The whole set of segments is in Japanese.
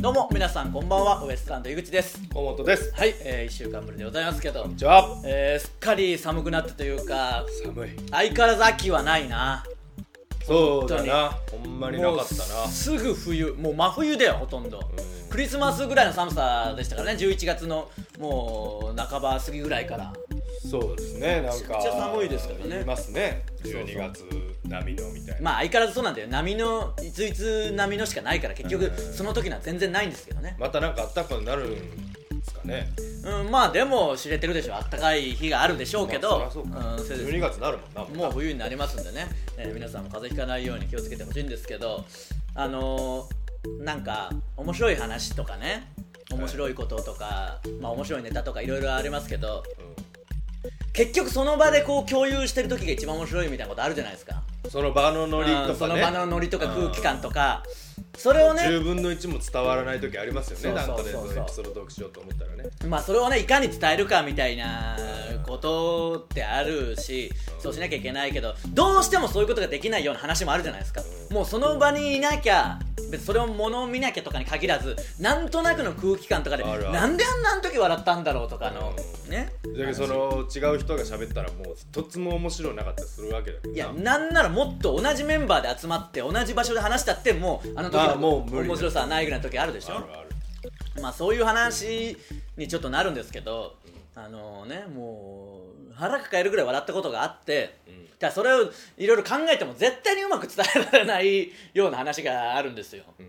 どうも皆さんこんばんはウエストランド井口です河本ですはい、え1週間ぶりでございますけどこんにちはえー、すっかり寒くなったというか寒い相変わらず秋はないなそうだなほんまになかっもうたなすぐ冬もう真冬だよほとんどうんクリスマスぐらいの寒さでしたからね11月のもう半ば過ぎぐらいからそうですねなめんかちゃくちゃ寒いですからね言いますねそうそう12月並みのみたいなまあ相変わらずそうなんだよ波のいついつ波のしかないから結局うんその時のは全然ないんですけどねまたなんかあったかくなるんですかねうんまあでも知れてるでしょあったかい日があるでしょうけど、まあそりゃそうかんそうです12月になるもんなもう冬になりますんでね、えー皆さんも風邪ひかないように気をつけてほしいんですけどあのーなんか面白い話とかね面白いこととか、まあ面白いネタとかいろいろありますけど結局その場でこう共有してる時が一番面白いみたいなことあるじゃないですかうんその場のノリうとんそかのね場のノリとか空気感とかそれをね10分の1も伝わらない時ありますよねそうなそんうかそうでそうそのエピソードトークしようと思ったらねまあそれをねいかに伝えるかみたいなことってあるしそうしなきゃいけないけどどうしてもそういうことができないような話もあるじゃないですかもうその場にいなきゃ別にそれを物を見なきゃとかに限らずなんとなくの空気感とかであるあるなんであんなあの時笑ったんだろうとかのうねだけどその違う人が喋ったらもう一つも面白いなかったりするわけだけどいやななんならもっと同じメンバーで集まって同じ場所で話したってもうあの時ああもう無の理だ面白さはないぐらいの時あるでしょあるあるまあそういう話にちょっとなるんですけどあのねもう腹抱えるぐらい笑ったことがあって、うんじゃあそれをいろいろ考えても絶対にうまく伝えられないような話があるんですよ、う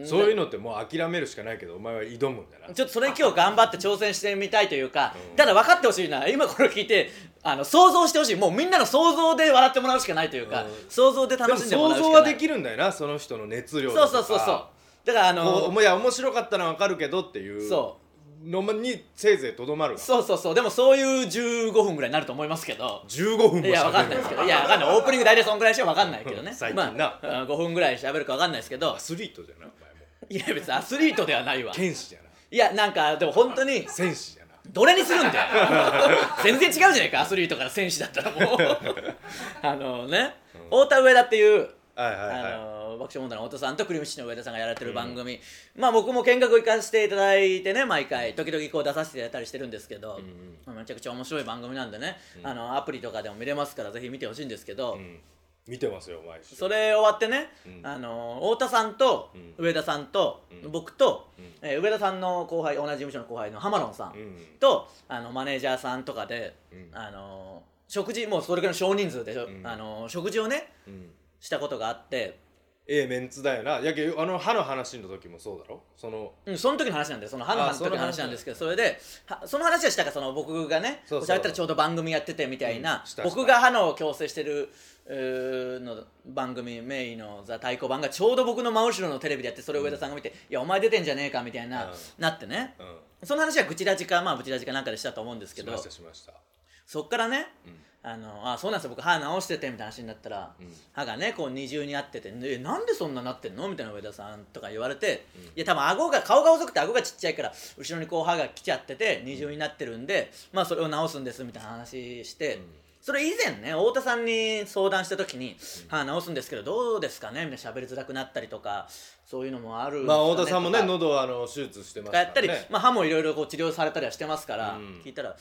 んそういうのってもう諦めるしかないけどお前は挑むんだなちょっとそれ今日頑張って挑戦してみたいというか、うんただ分かってほしいのは今これを聞いてあの想像してほしいもうみんなの想像で笑ってもらうしかないというか、うん想像で楽しんでもらうし想か像ないはできるんだよなその人の熱量そうそうそうそうだからあのおもいや面白かったのは分かるけどっていうそうのにせいぜいとどまるわそうそうそうでもそういう15分ぐらいになると思いますけど15分もいや、わかんないですけど、いや、わかんない、オープニング大体そんぐらいしかわかんないけどね。 最近なまあ、うん5分ぐらい喋るかわかんないですけどア、スリートじゃないお前もいや、別にアスリートではない わ。剣士じゃないいや、なんか、でも本当に、戦士じゃないどれにするんだよ。 全然違うじゃないか、アスリートから選手だったら もう。あのね、太田上田っていう、はいはいあのは爆笑問題の太田さんとクリームシチューの上田さんがやられてる番組、まあ僕も見学行かせていただいてね毎回時々こう出させていただいたりしてるんですけど、めちゃくちゃ面白い番組なんでね、あのアプリとかでも見れますからぜひ見てほしいんですけど、い、うん、見てますよ毎週それ終わってね、うんあの太田さんとうん上田さんとうん僕と、うんえー上田さんの後輩同じ事務所の後輩のハマロンさんうんと、あのマネージャーさんとかで、うんあの食事もうそれぐらいの少人数でしょ、うんあの食事をねうんしたことがあって、ええメンツだよなやけあの歯の話の時もそうだろそのうん、その時の話なんでそのハンハンの時の話なんですけどそれではその話はしたかその僕がねそうおそうしゃべったらちょうど番組やっててみたいな、うんした僕が歯の矯正してるうーの番組メインの「ザ太鼓版」がちょうど僕の真後ろのテレビでやってそれを上田さんが見て「いやお前出てんじゃねえか」みたいな、うんなってねうんその話は愚痴ラジかまあ愚痴ラジかなんかでしたと思うんですけしどましたしましたそっからねうんあのあそうなんですよ僕歯直しててみたいな話になったら、うん歯がねこう二重にあってて「えなんでそんななってんの?」みたいな上田さんとか言われて、いや多分顎が顔が細くて顎がちっちゃいから後ろにこう歯が来ちゃってて二重になってるんで、まあそれを直すんですみたいな話して。それ以前ね太田さんに相談した時に「歯直すんですけどどうですかね?」みたいな喋りづらくなったりとかそういうのもあるんですまあかね太田さんもとねか喉あの手術してますかやら、ね、ったり、まあ、歯もいろいろこう治療されたりはしてますから、うん聞いたら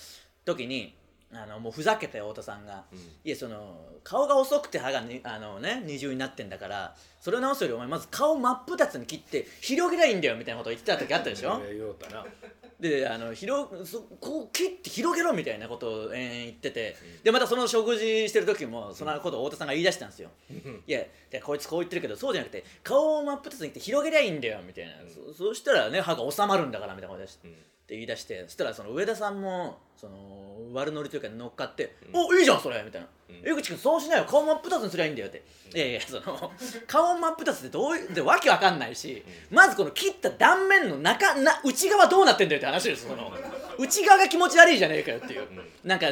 時にあのもうふざけて太田さんが、うんいやその顔が遅くて歯がにあの、ね、二重になってんだからそれを直すよりお前まず顔真っ二つに切って広げりゃいいんだよみたいなことを言ってた時あったでしょええ言おうたなであの広そこう切って広げろみたいなことを延々言ってて、でまたその食事してる時もそのことを太田さんが言い出したんですよ、いやでこいつこう言ってるけどそうじゃなくて顔を真っ二つに切って広げりゃいいんだよみたいな、そそしたらね歯が収まるんだからみたいなことし、んって言い出してそしたらその上田さんもその悪ノリというか乗っかって「おいいじゃんそれ」みたいな。江口君そうしないよ顔真っ二つにすりゃいいんだよって、いやいやその顔真っ二つってどういうでわけわかんないし、まずこの切った断面の中な内側どうなってんだよって話ですその内側が気持ち悪いじゃねえかよっていう、なんか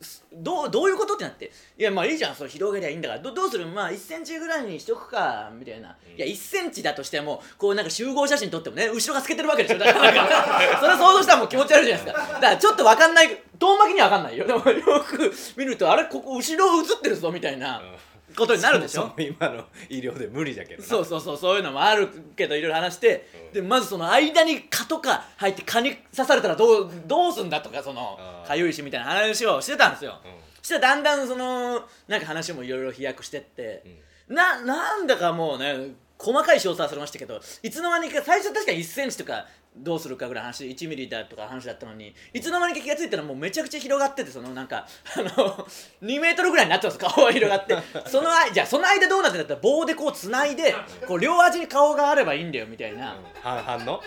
すどうどういうことってなっていやまあいいじゃんそれ広げりゃいいんだからどどうするまあ1センチぐらいにしとくかみたいな、いや1センチだとしてもこうなんか集合写真撮ってもね後ろが透けてるわけでしょだからなんか それ想像したらもう気持ち悪いじゃないですかだからちょっとわかんない遠巻きにはわかんないよでもよく見るとあれここ後ろ映ってるぞみたいなことになるでしそょもそも今の医療で無理だけどなそうそうそうそういうのもあるけどいろいろ話して、うんでまずその間に蚊とか入って蚊に刺されたらどうどうすんだとかそのあーかゆいしみたいな話をしてたんですよ、うんそしたらだんだんそのなんか話もいろいろ飛躍してって、ななんだかもうね細かい詳細はされましたけどいつの間にか最初確か1センチとかどうするかぐらいの話1ミリだとか話だったのにいつの間にか気が付いたらもうめちゃくちゃ広がっててそのなんか あの2メートルぐらいになってます顔が広が ってその間じゃあその間どうなってんだったら棒でこうつないでこう両端に顔があればいいんだよみたいなうん半々の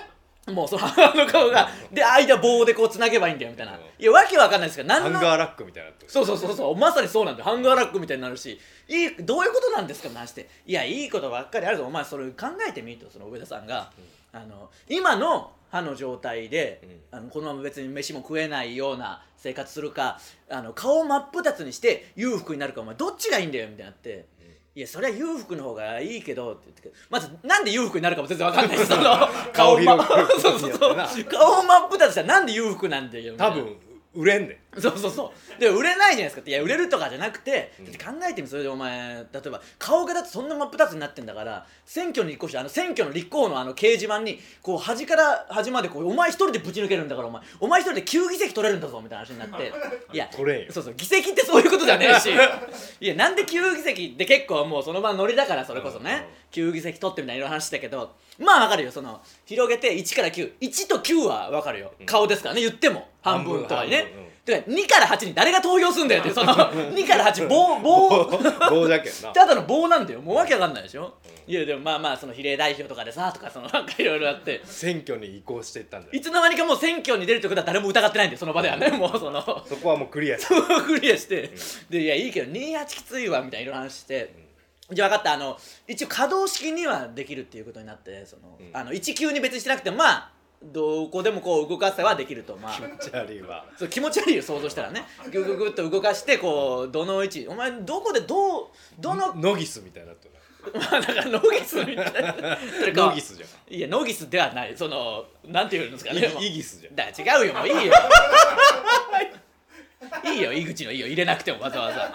もうそのあの顔がで間棒でこうつなげばいいんだよみたいなうんいやわけわかんないですけどハ何ンのガーラックみたいになってるそうそうそうそうまさにそうなんだよハンガーラックみたいになるしいいどういうことなんですかって話していやいいことばっかりあるぞお前それ考えてみとその上田さんが、あの今の歯の状態で、あのこのまま別に飯も食えないような生活するかあの顔を真っ二つにして裕福になるかお前どっちがいいんだよみたいになって。いやそりゃ裕福の方がいいけどって言ってくるまずなんで裕福になるかも全然わかんないしその顔をま広 くそうそうそうやっ顔を真っ二つしたらなんで裕福なんだよみたいな多分売れんね そうそうそうで売れないじゃないですかっていや売れるとかじゃなくて、うんだって考えてみそれでお前例えば顔がだってそんな真っ二つになってんだから選挙に立候補してあの選挙の立候補のあの掲示板にこう端から端までこうお前一人でぶち抜けるんだからお前お前一人で9議席取れるんだぞみたいな話にな っていや取れんよそうそう議席ってそういうことじゃねえし いやなんで9議席って結構もうその場のノリだからそれこそね9議席取ってみたいな色々話したけどまあわかるよその広げて1から91と9はわかるよ顔ですからね言っても半分とかにね半分半分うん。てか2から8に誰が投票すんだよってその2から8棒棒棒じゃけん なただの棒なんだよもうわけわかんないでしょ、いやでもまあまあその比例代表とかでさとかそのなんかいろいろあって選挙に移行していったんだいよつの間にかもう選挙に出るってことは誰も疑ってないんだよその場ではねもうそのそこはもうクリアしたクリアしてでいやいいけど28きついわみたいな色々話して。じゃあ分かったあの一応可動式にはできるっていうことになってその、んあの1級に別にしてなくてもまあどこでもこう動かせはできるとまあチャーリーはそう気持ち悪いよ想像したらねグググッと動かしてこうどの位置お前どこでどうどのノギスみたいになってるまあだからノギスみたいなそれかノギスじゃいやノギスではないそのなんて言うんですかねもんうイギスじゃんだ違うよもういいよいいよ井口のいいよ入れなくてもわざわざ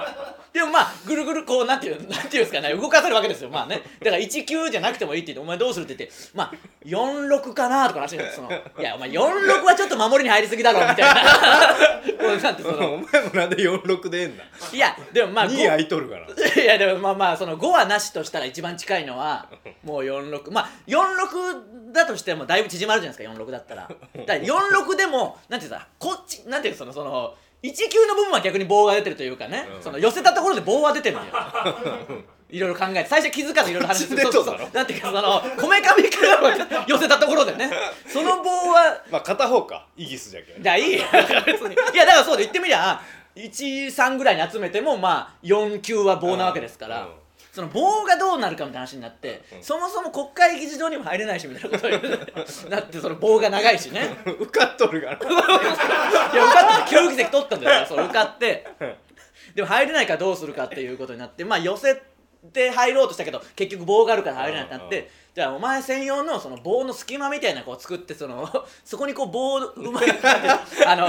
でもまあぐるぐるこうなんていうなんていうんですかね動かせるわけですよまあねだから1級じゃなくてもいいって言って「お前どうする?」って言って「まあ46かな」とか話してるんですその「いやお前46はちょっと守りに入りすぎだろ」みたいな こうなんてそおの前もなんで46でえんだいやでもまあ2位空いとるから いやでもまあまあその5はなしとしたら一番近いのはもう46まあ46だとしてもだいぶ縮まるじゃないですか46だったらだから46でもなんていうさこっちなんていうそのその1級の部分は逆に棒が出てるというかね、うんその寄せたところで棒は出てるんだよ いろいろ考えて最初気づかずいろいろ話してこっちそでうそうどうだろなんていうかそのこめかみから寄せたところでねその棒はまあ片方かイギスじゃけんだからいいよ 別にいやだからそうで言ってみりゃ13ぐらいに集めてもまあ4級は棒なわけですから、うんその棒がどうなるかみたいな話になって、そもそも国会議事堂にも入れないしみたいなことになってそ の棒が長いしね受かっと るからいや受かった教育席取ったんだよだ からそれ受かってでも入れないからどうするかっていうことになってまあ寄せて入ろうとしたけど結局棒があるから入れないってなっうんうてじゃあお前専用のその棒の隙間みたいなのこう作ってその そこにこう棒をうまいことあの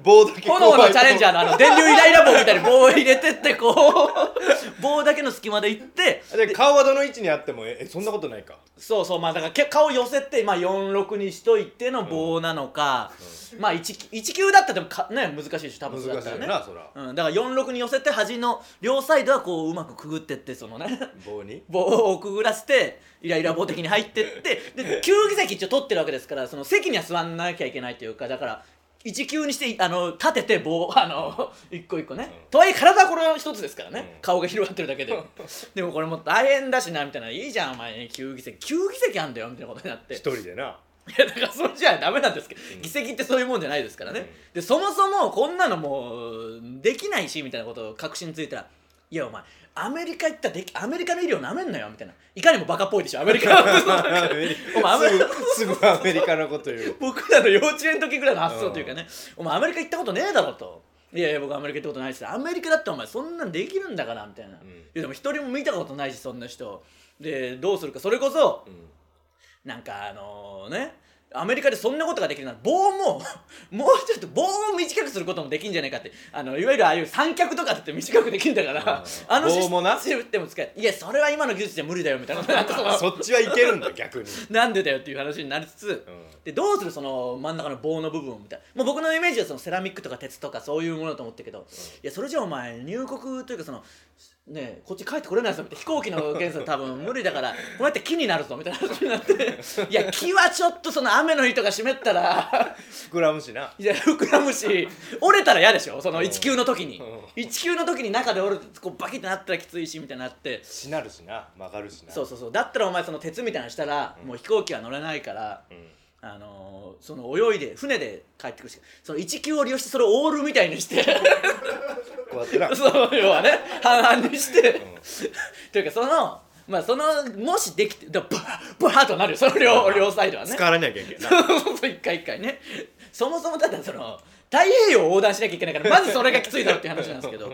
棒だ け炎のチャレンジャーーのあの電流イライラ棒みたいに棒を入れてってこ う棒だけの隙間で行ってで顔はどの位置にあってもええそんなことないかそうそうまあだからけ顔寄せて、まあ、46にしといての棒なのか、まあ 1, 1級だったらでもか、ね、難しいし多難分しそうだったいらねよなそらうん、だから46に寄せて端の両サイドはこううまくくぐってってそのね棒に棒をくぐらせてイライラ棒的に入ってってで9議席一応取ってるわけですからその席には座んなきゃいけないというかだから1級にしてあの立てて棒あの一個一個ね、とはいえ体はこれは一つですからね、うん顔が広がってるだけででもこれもう大変だしなみたいないいじゃんお前ね9議席9議席あんだよみたいなことになって一人で ない やだからそれじゃダメなんですけど、うん議席ってそういうもんじゃないですからね、うんでそもそもこんなのもうできないしみたいなことを確信ついたら「いやお前アメリカ行ったらできアメリカの医療なめんなよ」みたいないかにもバカっぽいでしょアメリカ アメリお前アメリ すぐすぐアメリカのこと言う僕らの幼稚園の時ぐらいの発想というかね「お前アメリカ行ったことねえだろ」と。いやいや僕アメリカ行ったことないですアメリカだってお前そんなんできるんだからみたいな、うんいやでも一人も見たことないしそんな人でどうするかそれこそうんなんかあのねアメリカでそんなことができるなら棒も もうちょっと棒を短くすることもできんじゃないかってあのいわゆるああいう三脚とかだって短くできんだからうあのシ棒もなステムでも使えいやそれは今の技術じゃ無理だよみた いななんかそのそっちはいけるんだ逆に、なんでだよっていう話になりつつうんでどうするその真ん中の棒の部分をみたいなもう僕のイメージはそのセラミックとか鉄とかそういうものだと思ったけど、いやそれじゃお前入国というかそのねえこっち帰ってこれないぞみたいな飛行機の検査多分無理だからこうやって木になるぞみたいな話になっていや木はちょっとその雨の日とか湿ったら 膨らむしないや膨らむし折れたら嫌でしょその1級の時にうん1級の時に中で折れてこうバキってなったらきついしみたいになってしなるしな曲がるしなそうそうそうだったらお前その鉄みたいなのしたらもう飛行機は乗れないから。うんあのーその泳いで船で帰ってくるしその1級を利用してそれをオールみたいにして こうやってなそう要はね半々にして、んというかそのまあそのもしできてだバーバーとなるよその両両サイドはね使わなきゃいけないなそうそう一回一回ねそもそもただその太平洋を横断しなきゃいけないからまずそれがきついだろうっていう話なんですけど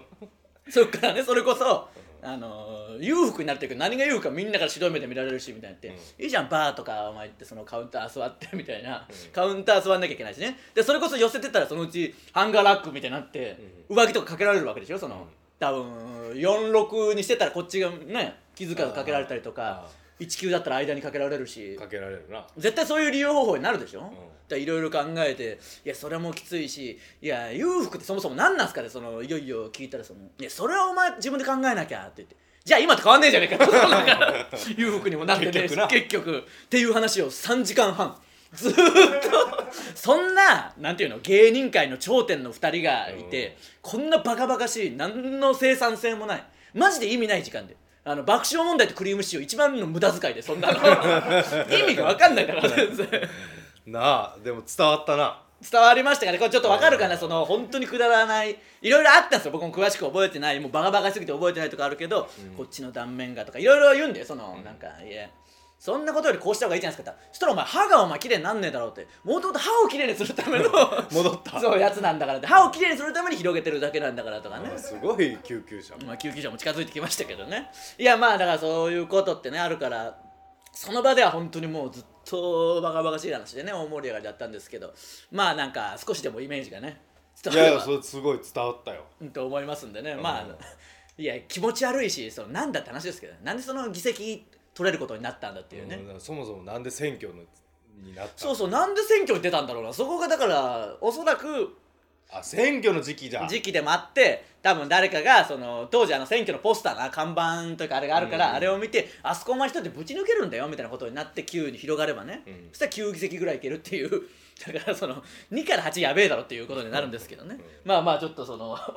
そっからねそれこそあのー裕福になってるけど何が裕福かみんなから白い目で見られるしみたいになって、いいじゃんバーとかお前ってそのカウンター座ってみたいな、カウンター座んなきゃいけないしねでそれこそ寄せてったらそのうちハンガーラックみたいになって、上着とかかけられるわけでしょその、多分46にしてたらこっちがね気づかずかけられたりとあかー1級だったら間にかけられるしかけられるな絶対そういう利用方法になるでしょ、だからいろいろ考えていやそれもきついしいや裕福ってそもそも何なんすかねそのいよいよ聞いたらそのいやそれはお前自分で考えなきゃって言って。じゃあ今と変わんねえじゃねえかそうだから裕福にもなってねえし結局な結局っていう話を3時間半ずーっとそんななんていうの芸人界の頂点の2人がいて、うんこんなバカバカしい何の生産性もないマジで意味ない時間であの爆笑問題とクリームシチュー一番の無駄遣いでそ んなの意味が分かんないから全然なあでも伝わったな伝わりましたかねこれちょっと分かるかなその本当にくだらないいろいろあったんですよ僕も詳しく覚えてないもうバカバカしすぎて覚えてないとかあるけど、こっちの断面がとかいろいろ言うんだよその、なんかいやそんなことよりこうした方がいいじゃないですかってそしたらお前歯がお前綺麗になんねえだろうってもともと歯を綺麗にするための 戻ったそうやつなんだからって歯を綺麗にするために広げてるだけなんだからとかねあすごい救急車まあ、救急車も近づいてきましたけどねいやまあだからそういうことってねあるからその場では本当にもうずっとバカバカしい話でね大盛り上がりだったんですけどまあなんか少しでもイメージがね伝いわやいれやばそれすごい伝わったようんと思いますんでねまあうんいや気持ち悪いしそのなんだって話ですけどなんでその議席取れることになったんだっていうね、うんそもそもなんで選挙のになったのそうそうなんで選挙に出たんだろうなそこがだからおそらくあ選挙の時期だ時期でもあって多分誰かがその当時あの選挙のポスターな看板というかあれがあるから、うんうんあれを見てあそこお前一人でぶち抜けるんだよみたいなことになって9に広がればね、んそしたら9議席ぐらいいけるっていう だからその2から8やべえだろっていうことになるんですけどね、まあまあちょっとその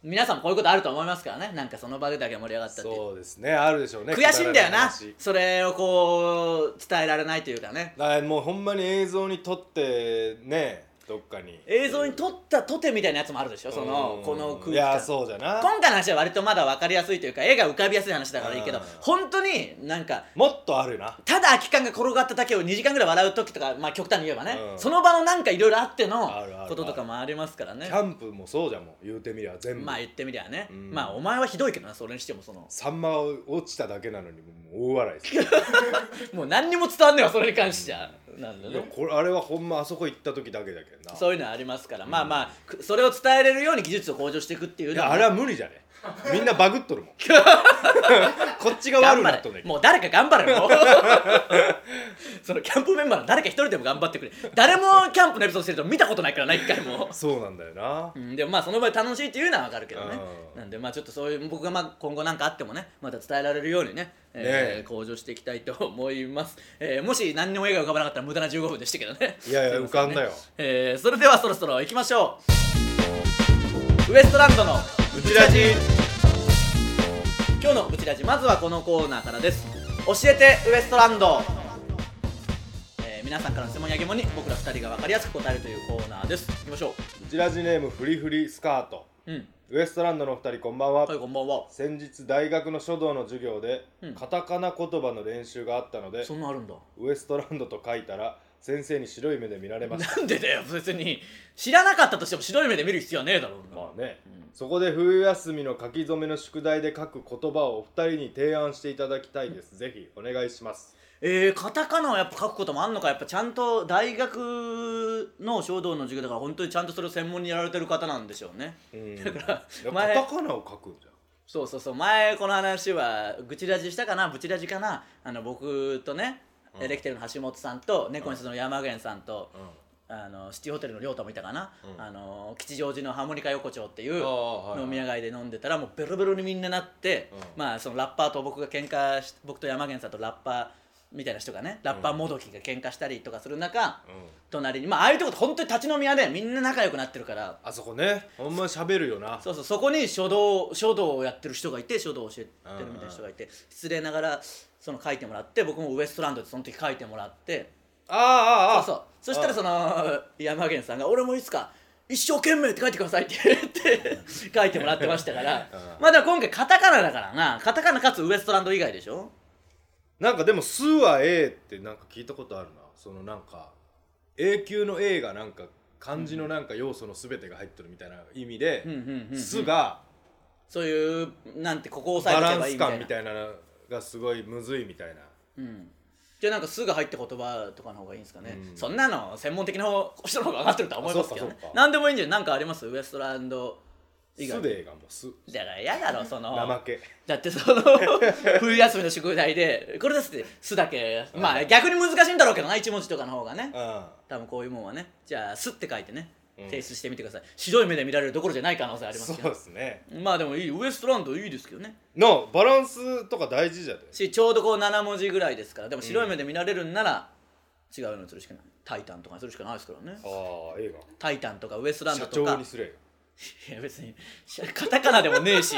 皆さんもこういうことあると思いますからねなんかその場でだけ盛り上がったっていうそうですねあるでしょうね悔しいんだよなくらそれをこう伝えられないというかねない話あもうほんまに映像に撮ってねどっかに映像に撮ったとてみたいなやつもあるでしょそのうんこの空気い感やそうじゃな今回の話は割とまだ分かりやすいというか絵が浮かびやすい話だからいいけどうん本当になんかもっとあるなただ空き缶が転がっただけを2時間ぐらい笑う時とかまあ極端に言えばね、うんその場のなんかいろいろあってのあるあることとかもありますからねキャンプもそうじゃんもう言うてみりゃ全部、まあ言ってみりゃね、うんまあお前はひどいけどなそれにしてもそのサンマ落ちただけなのにもう大笑いですもう何にも伝わんねえわそれに関しては、なんでいやねこれあれはほんまあそこ行った時だけだけどなそういうのはありますから、まあまあくそれを伝えれるように技術を向上していくっていういのやはあれは無理じゃねみんなバグっと るもんこっちが悪頑く張なっとんれねんけどもう誰か頑張れもう そのキャンプメンバーの誰か一人でも頑張ってくれ誰もキャンプのエピソードしてると見たことないからな一回もそうなんだよなうんでもまあその場で楽しいっていうのは分かるけどねうんなんでまあちょっとそういう僕がまあ今後何かあってもねまた伝えられるようにね、えーねえ向上していきたいと思います、えーもし何にも絵が浮かばなかったら無駄な15分でしたけどねいやいやすませね浮かんだよえーそれではそろそろ行きましょうウエストランドのうちらじ今日のブチラジまずはこのコーナーからです教えてウエストランド、えー皆さんからの質問や疑問に僕ら2人が分かりやすく答えるというコーナーですいきましょうちらじネームフリフリスカートううんウエストランドのお二人こんばんは、はいこんばんは先日大学の書道の授業で、うんカタカナ言葉の練習があったのでそんなんあるんだウエストランドと書いたら先生に白い目で見ら れましたなんでだよ別に知らなかったとしても白い目で見る必要はねえだろうまあねんそこで冬休みの書き初めの宿題で書く言葉をお二人に提案していただきたいで すぜひお願いしますえー、カタカナをやっぱ書くこともあんのかやっぱちゃんと大学の書道の授業だから本当にちゃんとそれを専門にやられてる方なんでしょうねうん いや前カタカナを書くんじゃんそうそうそう前この話は愚痴ラジしたかなブチラジかなあの僕とね、うんレキテルの橋本さんと猫にすの山源さんと、うんあのシティホテルの亮太もいたかな、うんあの吉祥寺のハーモニカ横丁っていあうあはい飲み屋街で飲んでたらもうベロベロにみんななって、うんまあそのラッパーと僕が喧嘩し僕と山源さんとラッパーみたいな人がねラッパーもどきが喧嘩したりとかする中、うん隣にまあああいうとこって本当に立ち飲み屋でみんな仲良くなってるからあそこねほんま喋るよなそうそうそこに書道書道をやってる人がいて書道を教えてるみたいな人がいて失礼ながらその書いてもらって僕もウエストランドでその時書いてもらってあああそあうそうそしたらその山源さんが「俺もいつか一生懸命って書いてください」って言って書いてもらってましたから うんまあでも今回カタカナだからなカタカナかつウエストランド以外でしょなんかでも「す」は「A」ってなんか聞いたことあるなそのなんか永久の「A」がなんか漢字のなんか要素の全てが入ってるみたいな意味でうんうんうん「す」がそういうなんてここ押さバえとラけンばいいみたス感いみなたいなのがすごいむずいみたいなうんじゃあなんか「す」が入った言葉とかの方がいいんですかね、うんそんなの専門的な方人の方が分かってるとは思いますけどあねそうかそうか何でもいいんじゃないなんかありますウエストランド「以す」外だで「A」がもう「す」から嫌だろその怠けだってその 冬休みの宿題でこれですって「す」だけまあ逆に難しいんだろうけどな一文字とかの方がねうん多分こういうもんはねじゃあ「す」って書いてねうん提出してみてください、白い目で見られるどころじゃない可能性ありますそうけどですねまあでもいいウエストランドいいですけどねのバランスとか大事じゃでしちょうどこう7文字ぐらいですからでも白い目で見られるんなら、違うのにするしかない「タイタン」とかにするしかないですからねああ A 「タイタン」とか「ウエストラがンド」社と長かにすれいや別にしカタカナでもねえ し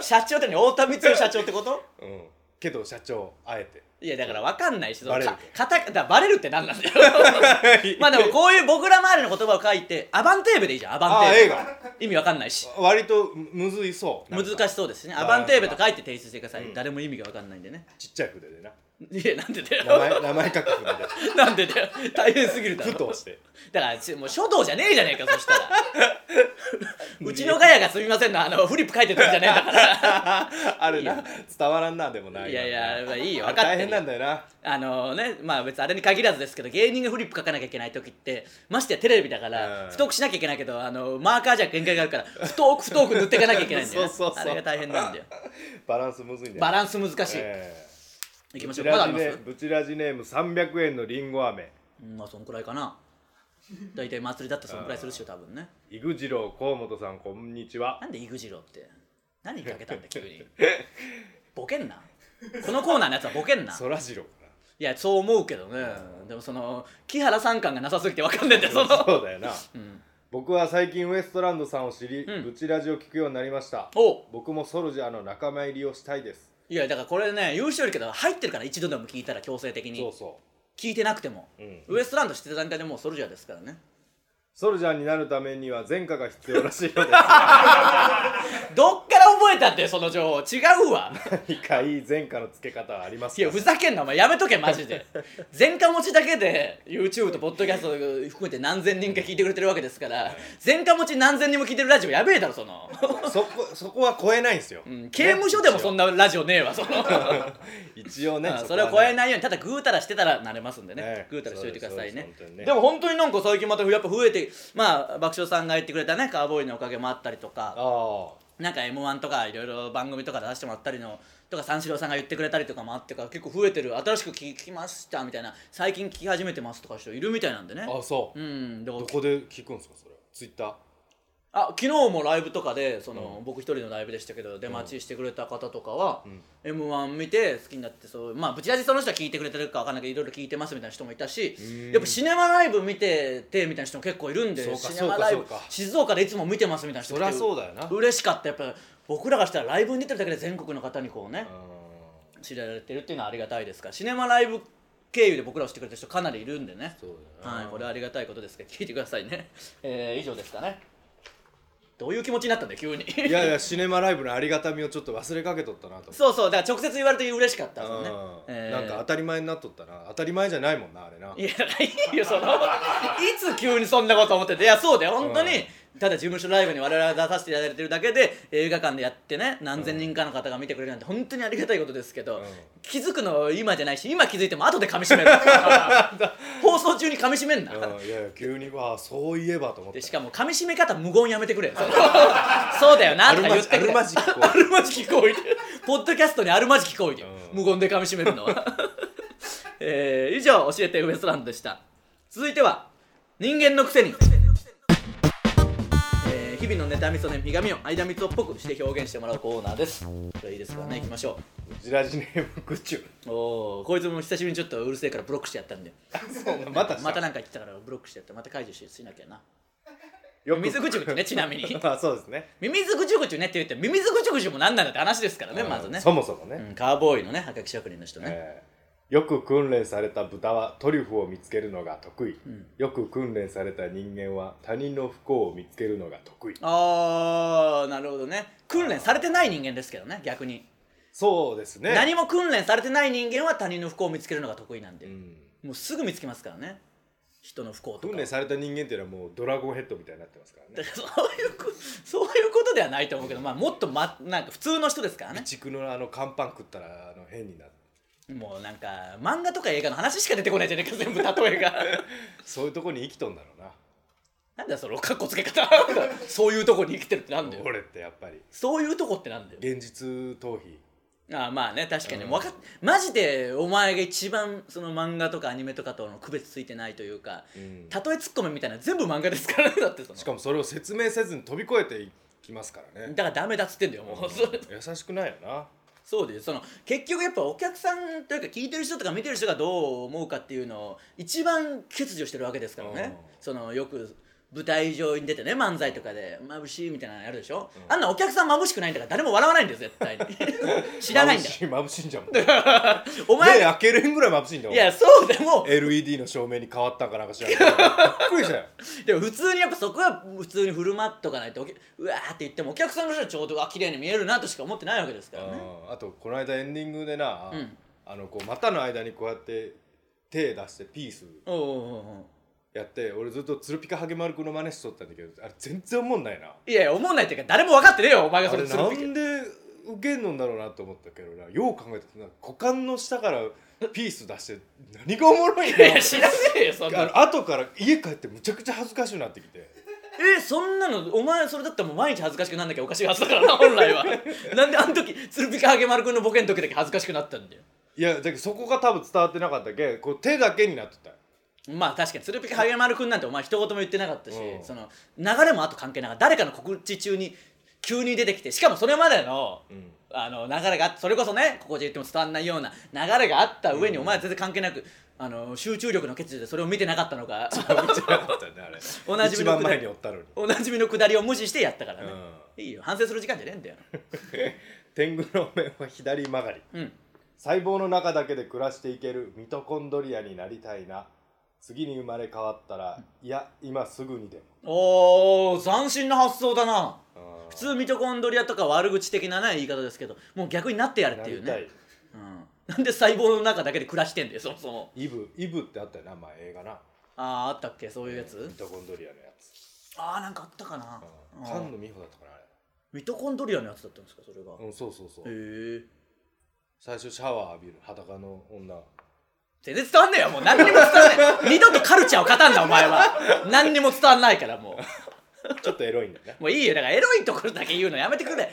社長ってね太田光代社長ってことばうんけど社長あえていやだから分かんないしそのバレるかカタだからバレるって何なんだよ まあでもこういう僕ら周りの言葉を書いてアバンテーベでいいじゃんアあバンあテー A ベが意味分かんないし割とむずいそうなん難かしそうですしねバアランスバンテーベと書いて提出してください、うん誰も意味が分かんないんでねちっちゃい筆でないやなんでだ名よ 前名 前書く筆でなんでだよ大変すぎるだろふ としてだからちもう書道じゃねえじゃねえかそしたら うちのガヤがすみませんのあのフリップ書いてたんじゃねえんだかあるいいなよ伝わらんなでもならいいやいやまあいいよあれ分かって大る変なんだよなあのねまあ別にあれに限らずですけど芸人がフリップ書かなきゃいけない時ってましてやテレビだからうん太くしなきゃいけないけどあのマーカーじゃ限界があるから太く太く塗っていかなきゃいけないんだよねそうそうそうあれが大変なんだよバランスむずいんだよバランス難しい、ええいきましょうまだあります、ブチラジネーム300円のりんご飴うん、まあそんくらいかな大体祭りだったらそんくらいするっしょ多分ねイグジロー河本さんこんにちはなんでイグジローって何かけたん だ急にボケんなこのコーナーのやつはボケんなそらジローかいやそう思うけどねでもその木原さん感がなさすぎて分かんねえんだよそなのそうだよなうん僕は最近ウエストランドさんを知り、うんブチラジを聞くようになりましたおう僕もソルジャーの仲間入りをしたいですいやだからこれね言う人よりけど入ってるから一度でも聞いたら強制的そうにそ聞いてなくても、う、うん、ウエストランドしてた段階でもうソルジャーですからねソルジャーになるためには前科が必要らしい のでどっから覚えたんだよその情報違うわ す何かいい前科の付け方はありますいかやふざけんなお前やめとけマジで前科持ちだけで YouTube とポッドキャスト含めて何千人か聞いてくれてるわけですから前科持ち何千人も聞いてるラジオやべえだろそ の、そこそこは超えないんですよ、うん刑務所でもそんなラジオねえわ その一応ねうんこそはれねを超えないようにただぐうたらしてたらなれますんでねねぐうたらしておいてくださいそうねですでそうです本当にねも本当になんか最近またやっぱ増えてまあ爆笑さんが言ってくれたねカーボーイのおかげもあったりとかあなんか m 1とかいろいろ番組とか出させてもらったりのとか三四郎さんが言ってくれたりとかもあってから結構増えてる新しく聞きましたみたいな最近聞き始めてますとか人いるみたいなんでねああそう、うんだからどこで聞くんですかそれツイッターあ昨日もライブとかでその、僕一人のライブでしたけど出待ちしてくれた方とかは、m 1見て好きになってそうまあぶちラジその人は聞いてくれてるかわかんないけどいろいろ聞いてますみたいな人もいたしーんやっぱシネマライブ見ててみたいな人も結構いるんそうでかシネマライブそうかそうか静岡でいつも見てますみたいな人そりゃそうだよなな嬉しかったやっぱ僕らがしたらライブに出てるだけで全国の方にこうねうん知られてるっていうのはありがたいですからシネマライブ経由で僕らを知ってくれてる人かなりいるんでねそうだよな はい、これはありがたいことですけど聞いてくださいね、えー、以上ですかねどどういう気持ちになったんだよ急にい やいやシネマライブのありがたみをちょっと忘れかけとったなと思って そうそうだから直接言われて嬉しかったですもんねう、んえーなんか当たり前になっとったな当たり前じゃないもんなあれないやいいよその いつ急にそんなこと思ってていやそうだよ本当に、うただ事務所ライブに我々が出させていただいてるだけで映画館でやってね何千人かの方が見てくれるなんて本当にありがたいことですけど、うん気づくのは今じゃないし今気づいても後で噛み締 める放送中に噛み締めんな、うんいやいや急にわあそういえばと思ってでしかも噛み締め方無言やめてくれ そうだよなあとるかま言っじあてくるれまじこあるまじき行為でポッドキャストにあるまじき行為で、うん無言で噛み締めるのは えー以上教えてウエストランドでした続いては人間のくせにえー日々のネタみそねひがみを間みそっぽくして表現してもらうコーナーですじゃあいいですかね行きましょうジラジネームグチュうおおこいつも久しぶりにちょっとうるせえからブロックしてやったんでまたしたまたなんか言ってたからブロックしてやったまた解除ししなきゃなよく水ぐちゅぐちゅねちなみに まあそうですねミミズぐちゅぐちゅねって言ってミミズぐちゅぐちゅもなんなんだって話ですからねうんまずねそもそもね、うん、カーボーイのね破格職人の人ね、えーよく訓練された豚はトリュフを見つけるのが得意、んよく訓練された人間は他人の不幸を見つけるのが得意あーなるほどね訓練されてない人間ですけどね逆に、そうですね何も訓練されてない人間は他人の不幸を見つけるのが得意なんで、うんもうすぐ見つけますからね人の不幸とか訓練された人間っていうのはもうドラゴンヘッドみたいになってますかだら ねからそういうこそういうことではないと思うけど、まあ、もっと、ま、なんか普通の人ですからね備蓄のあの乾パン食ったらあの変になるもうなんか漫画とか映画の話しか出てこないじゃねえか全部例え がそういうとこに生きとんだろうななんだよそのかっこつけ方そういうとこに生きてるってなんだよ俺ってやっぱりそういうとこってなんだよ現実逃避ああまあね確かに、うんわかっマジでお前が一番その漫画とかアニメとかとの区別ついてないというか、うんたと例えツッコミみたいな全部漫画ですからねだってそのしかもそれを説明せずに飛び越えていきますからねだからダメだっつってんだよもう、そ優しくないよなそうですその結局やっぱお客さんというか聞いてる人とか見てる人がどう思うかっていうのを一番欠如してるわけですからね、うんそのよく舞台上に出てね漫才とかで眩しいみたいなのやるでしょ、あんなお客さん眩しくないんだから誰も笑わないんだよ絶対に 知らないんだ眩よしい眩しいんじゃ んもんお前目が開けれんぐらい眩しいんだもいんやそうでも LED の照明に変わったんかなんか知らんけどびっくりしたよでも普通にやっぱそこは普通に振る舞っとかないとお客うわーって言ってもお客さんの人はちょうどあ綺麗に見えるなとしか思ってないわけですからねうんあとこの間エンディングでな、うんあのこう股の間にこうやって手出してピースおうおうおうおやって俺ずっと鶴ピカハゲマルくんの真似しとったんだけどあれ全然思んないなういやいや思んないっていうか誰も分かってねえよお前があそれれするなべきんで受けんのんだろうなと思ったけどなよう考えてなんか股間の下からピース出して何がおもろいんいやだいや知らねえよそんなあのの後から家帰ってむちゃくちゃ恥ずかしくなってきてえそんなのお前それだったらもう毎日恥ずかしくなんなきゃおかしいはずだからな本来はなんであの時鶴ピカハゲ丸くんのボケの時だけ恥ずかしくなったんだよいやだけどそこが多分伝わってなかったけこう手だけになってたよまあ確かに鶴ピカハゲ丸くんなんてお前一言も言ってなかったし、うんその流れもあと関係なかった誰かの告知中に急に出てきてしかもそれまでの うんあの流れがあってそれこそねここで言っても伝わんないような流れがあった上に、お前は全然関係なくあの集中力の欠如でそれを見てなかったのか 見てなかったねあれ同じ一番前におったのに、おなじみのくだりを無視してやったからうね、ん、いいよ反省する時間じゃねえんだよ、天狗の面は左曲がりうん、細胞の中だけで暮らしていけるミトコンドリアになりたいな次に生まれ変わったら、いや今すぐにでおー斬新な発想だなも普通ミトコンドリアとか悪口的なね言い方ですけどもう逆になってやれっなていりうたねい、うん、なんで細胞の中だけで暮らしてんだよそもそもイブイブってあったよな前映画なあああったっけそういうやつ、ミトコンドリアのやつ、ああなんかあったかな、うん、あー菅野美穂だったかなあミトコンドリアのやつだったんですかそれが、れうんそうそうそうへえ最初シャワー浴びる裸の女全然伝わんねえよもう何にも伝わんない二度とカルチャーを語んなお前は何にも伝わんないからもちょっとエロいんだよね うもういいよだからエロいところだけ言うのやめてくれ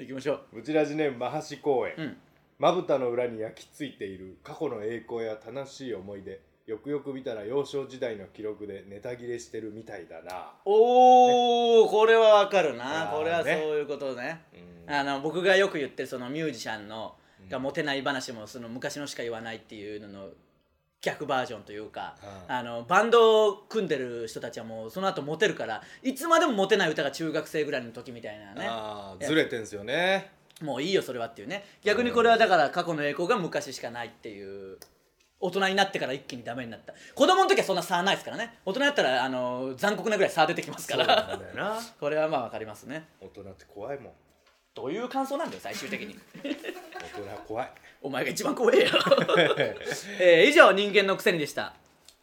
行きましょうブチラジネームマハシ公園うんまぶたの裏に焼き付いている過去の栄光や楽しい思い出よくよく見たら幼少時代の記録でネタ切れしてるみたいだなおお、これはわかるなあーこれはそうねいうことねうんあの僕がよく言ってるそのミュージシャンのがモテない話もその昔のしか言わないっていうのの逆バージョンというか、うんあのバンドを組んでる人たちはもうその後モテるからいつまでもモテない歌が中学生ぐらいの時みたいなねあーずれてんすよねもういいよそれはっていうね逆にこれはだから過去の栄光が昔しかないっていう大人になってから一気にダメになった子供の時はそんな差はないですからね大人だったらあの残酷なぐらい差出てきますかそうなんらだよな これはまあわかりますね大人って怖いもんどういう感想なんだよ最終的 に大人は怖いお前が一番 怖えよ、えー以上人間のくせにでした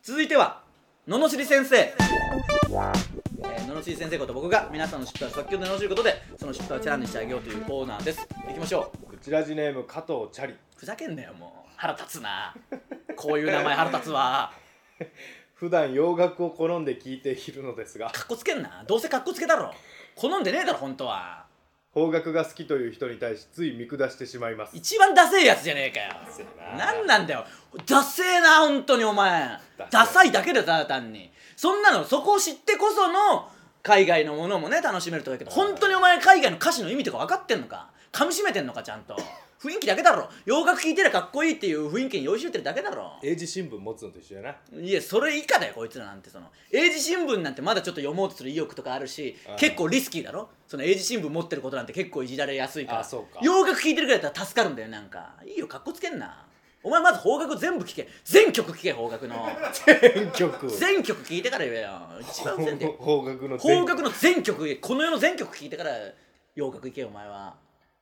続いては罵り先生えー罵り先生こと僕が皆さんの失敗を即興で罵ることでその失敗をチャラにしてあげようというコーナーですいきましょううちらじネーム加藤チャリふざけんなよもう腹立つなこういう名前腹立つわ普段洋楽を好んで聴いているのですがかっこつけんなどうせかっこつけだろ好んでねえだろ本当は邦楽が好きという人に対しつい見下してしまいます一番ダセえやつじゃねえかよせえななんなんだよダセえな本当にお前ダセえダサいだけでただ単にそんなのそこを知ってこその海外のものもね楽しめるとだけどうん本当にお前海外の歌詞の意味とか分かってんのか噛みしめてんのかちゃんと雰囲気だけだろ洋楽聴いてりゃかっこいいっていう雰囲気に酔いしれてるだけだろ英字新聞持つのと一緒やないやそれ以下だよこいつらなんてその英字新聞なんてまだちょっと読もうとする意欲とかあるしああ結構リスキーだろその英字新聞持ってることなんて結構いじられやすいからあそうか洋楽聴いてるぐらいだったら助かるんだよなんかいいよかっこつけんなお前まず邦楽全部聴け全曲聴け邦 楽の全曲全曲聴いてから言えよ一番全で邦楽の全邦楽の全曲この世の全曲聴いてから洋楽行けよお前は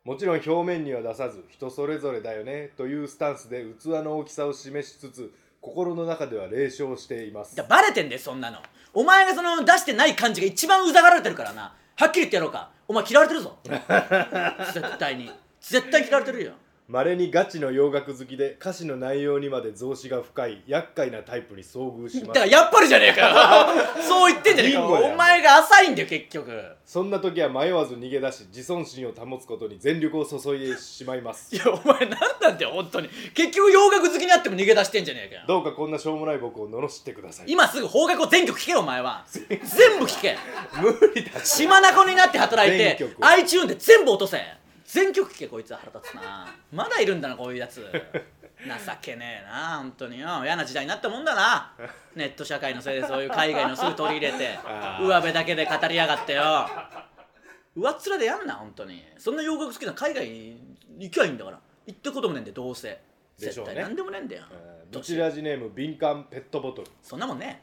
もちろん表面には出さず人それぞれだよねというスタンスで器の大きさを示しつつ心の中では冷笑していますだバレてんだよそんなのお前がその出してない感じが一番うざがられてるからなはっきり言ってやろうかお前嫌われてる ぞ絶対に絶対嫌われてるよまれにガチの洋楽好きで歌詞の内容にまで増詞が深い厄介なタイプに遭遇しだまからすやっぱりじゃねえか よそう言ってんじゃねえかビンゴだよお前が浅いんだよ結局そんな時は迷わず逃げ出し自尊心を保つことに全力を注いでしまいますいやお前何なんだよ本当に結局洋楽好きになっても逃げ出してんじゃねえかよどうかこんなしょうもない僕を罵ってください今すぐ邦楽を全曲聴けよお前は全部聴け無理だし島中になって働いて全曲 iTune で全部落とせ全曲聴けこいつは腹立つなまだいるんだなこういうやつ情けねえな本当によ嫌な時代になったもんだなネット社会のせいでそういう海外のすぐ取り入れてあー上辺だけで語りやがってよ上っ面でやんな本当にそんな洋楽好きなの海外に行きゃいいんだから行ったこともねえんだよどうせでし絶ょうね対何でもねえんだよ、どブうしチようラジネーム敏感ペットボトルそんなもん ね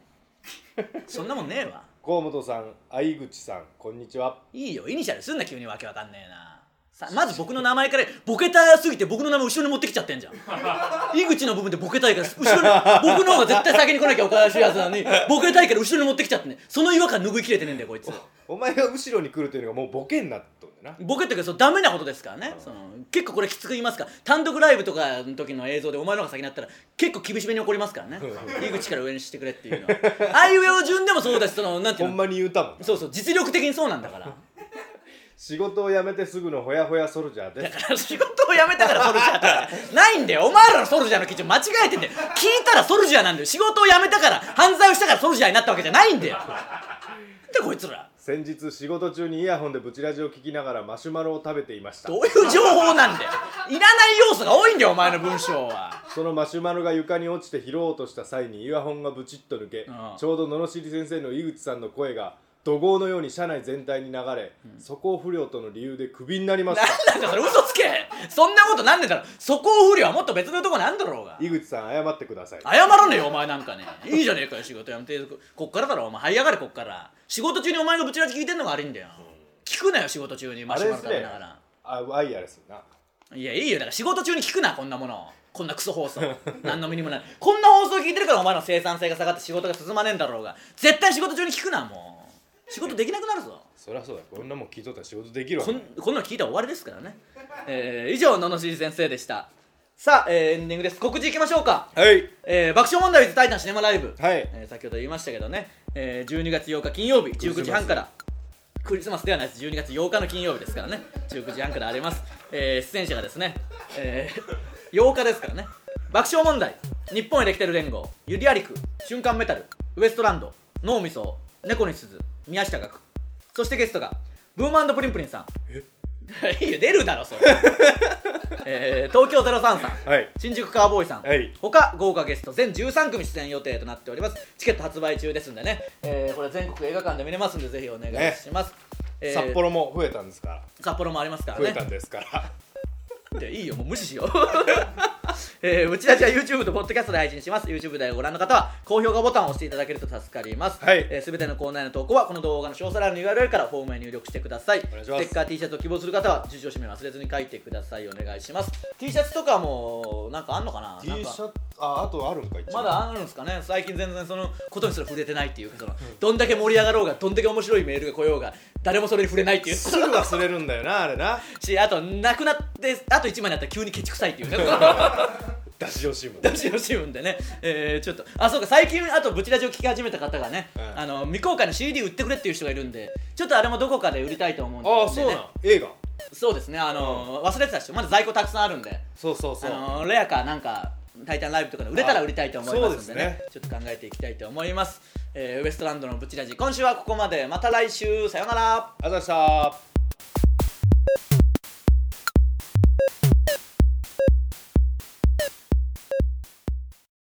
えそんなもんねえわ河本さん相口さんこんにちはいいよイニシャルすんな急にわけわかんねえな さまず僕の名前からボケたすぎて僕の名前後ろに持ってきちゃってんじゃ ん井口の部分でボケたいから後ろに僕の方が絶対先に来なきゃおかしいやつな のにボケたいから後ろに持ってきちゃってねその違和感拭いきれてねえんだよこいつお前が後ろに来るというのがもうボケになっとんだよなボケってけどそうダメなことですからねその結構これきつく言いますから単独ライブとかの時の映像でお前の方が先になったら結構厳しめに怒りますからね井口から上にしてくれっていうのはあいうえお順でもそうだしそのなんていほうんのまに言うたもんそうそう実力的にそうなんだから仕事を辞めてすぐのほやほやソルジャーでだすから 仕事を辞めたからソルジャーってわけないんだよお前らのソルジャーの基準間違えてんだよ聞いたらソルジャーなんだよ仕事を辞めたから犯罪をしたからソルジャーになったわけじゃないんだよでこいつら先日仕事中にイヤホンでブチラジを聞きながらマシュマロを食べていましたどういう情報なんだよいらない要素が多いんだよお前の文章はそのマシュマロが床に落ちて拾おうとした際にイヤホンがブチッと抜けああちょうど罵り先生の井口さんの声が怒号のように車内全体に流れ、素行不良との理由でクビになりましたなんだよそれ嘘つけそんなことなんねえだろ素行不良はもっと別のとこなんだろうが井口さん謝ってください謝らねえよお前なんかねいいじゃねえかよ仕事辞めてこっからだろお前這い上がれこっから仕事中にお前がブチラジ聞いてんのが悪いんだよ聞くなよ仕事中にマシュマロ食べながら。あワイヤレスないやいいよだから仕事中に聞くなこんなものこんなクソ放送何の身にもないこんな放送聞いてるからお前の生産性が下がって仕事が進まねえんだろうが絶対仕事中に聞くなもう仕事できなくなるぞそりゃそうだこんなもん聞いとったら仕事できるわこんこんなの聞いたら終わりですからね、えー、以上ののしり先生でしたさあ、えーエンディングです告知いきましょうか、はいえー爆笑問題 with タイタンシネマライブ、はいえー先ほど言いましたけどね、えー12月8日金曜日19時半からクリスマスではないです12月8日の金曜日ですからね19時半からあります、えー出演者がですね、えー8日ですからね爆笑問題日本エレキテル連合ゆりやりく瞬間メタルウエストランド脳みそ猫に鈴宮下岳そしてゲストがブーマンプリンプリンさんえ いいよ出るだろそれ、 えー東京03さんはい新宿カーボーイさん、はい他豪華ゲスト全13組出演予定となっておりますチケット発売中ですんでね、えーこれ全国映画館で見れますんでぜひお願いします、えー札幌も増えたんですから札幌もありますから増えねたんですからでいいよもう無視しよう、 えー、うちらちは YouTube と Podcast で配信します。YouTube でご覧の方は、高評価ボタンを押していただけると助かります。はいえー、全てのコーナーへの投稿は、この動画の詳細欄の URL からフォームへ入力してください。お願いしますステッカー T シャツを希望する方は、住所氏名忘れずに書いてください。お願いします。T シャツとかも、なんかあんのかな T なんシかャツああとあるんか一応まだあるんですかね最近全然そのことにすら触れてないっていうかそのどんだけ盛り上がろうがどんだけ面白いメールが来ようが誰もそれに触れないっていうすぐ忘れるんだよなあれなしあとなくなってあと1枚になったら急にケチくさいってい うね出し惜しむ出し惜しむん でね、えー、ちょっとあそうか最近あとブチラジを聞き始めた方がね、うんあの未公開の CD 売ってくれっていう人がいるんでちょっとあれもどこかで売りたいと思うんで、ね、ああそうなん映画そうですねあの、忘れてた人まだ在庫たくさんあるんでそうそうそあうのレアかなんか「タイタンライブ」とかで売れたら売りたいと思いますんでねはいちょっと考えていきたいと思います、えーウエストランドのブチラジ今週はここまでまた来週さようならありがとうございました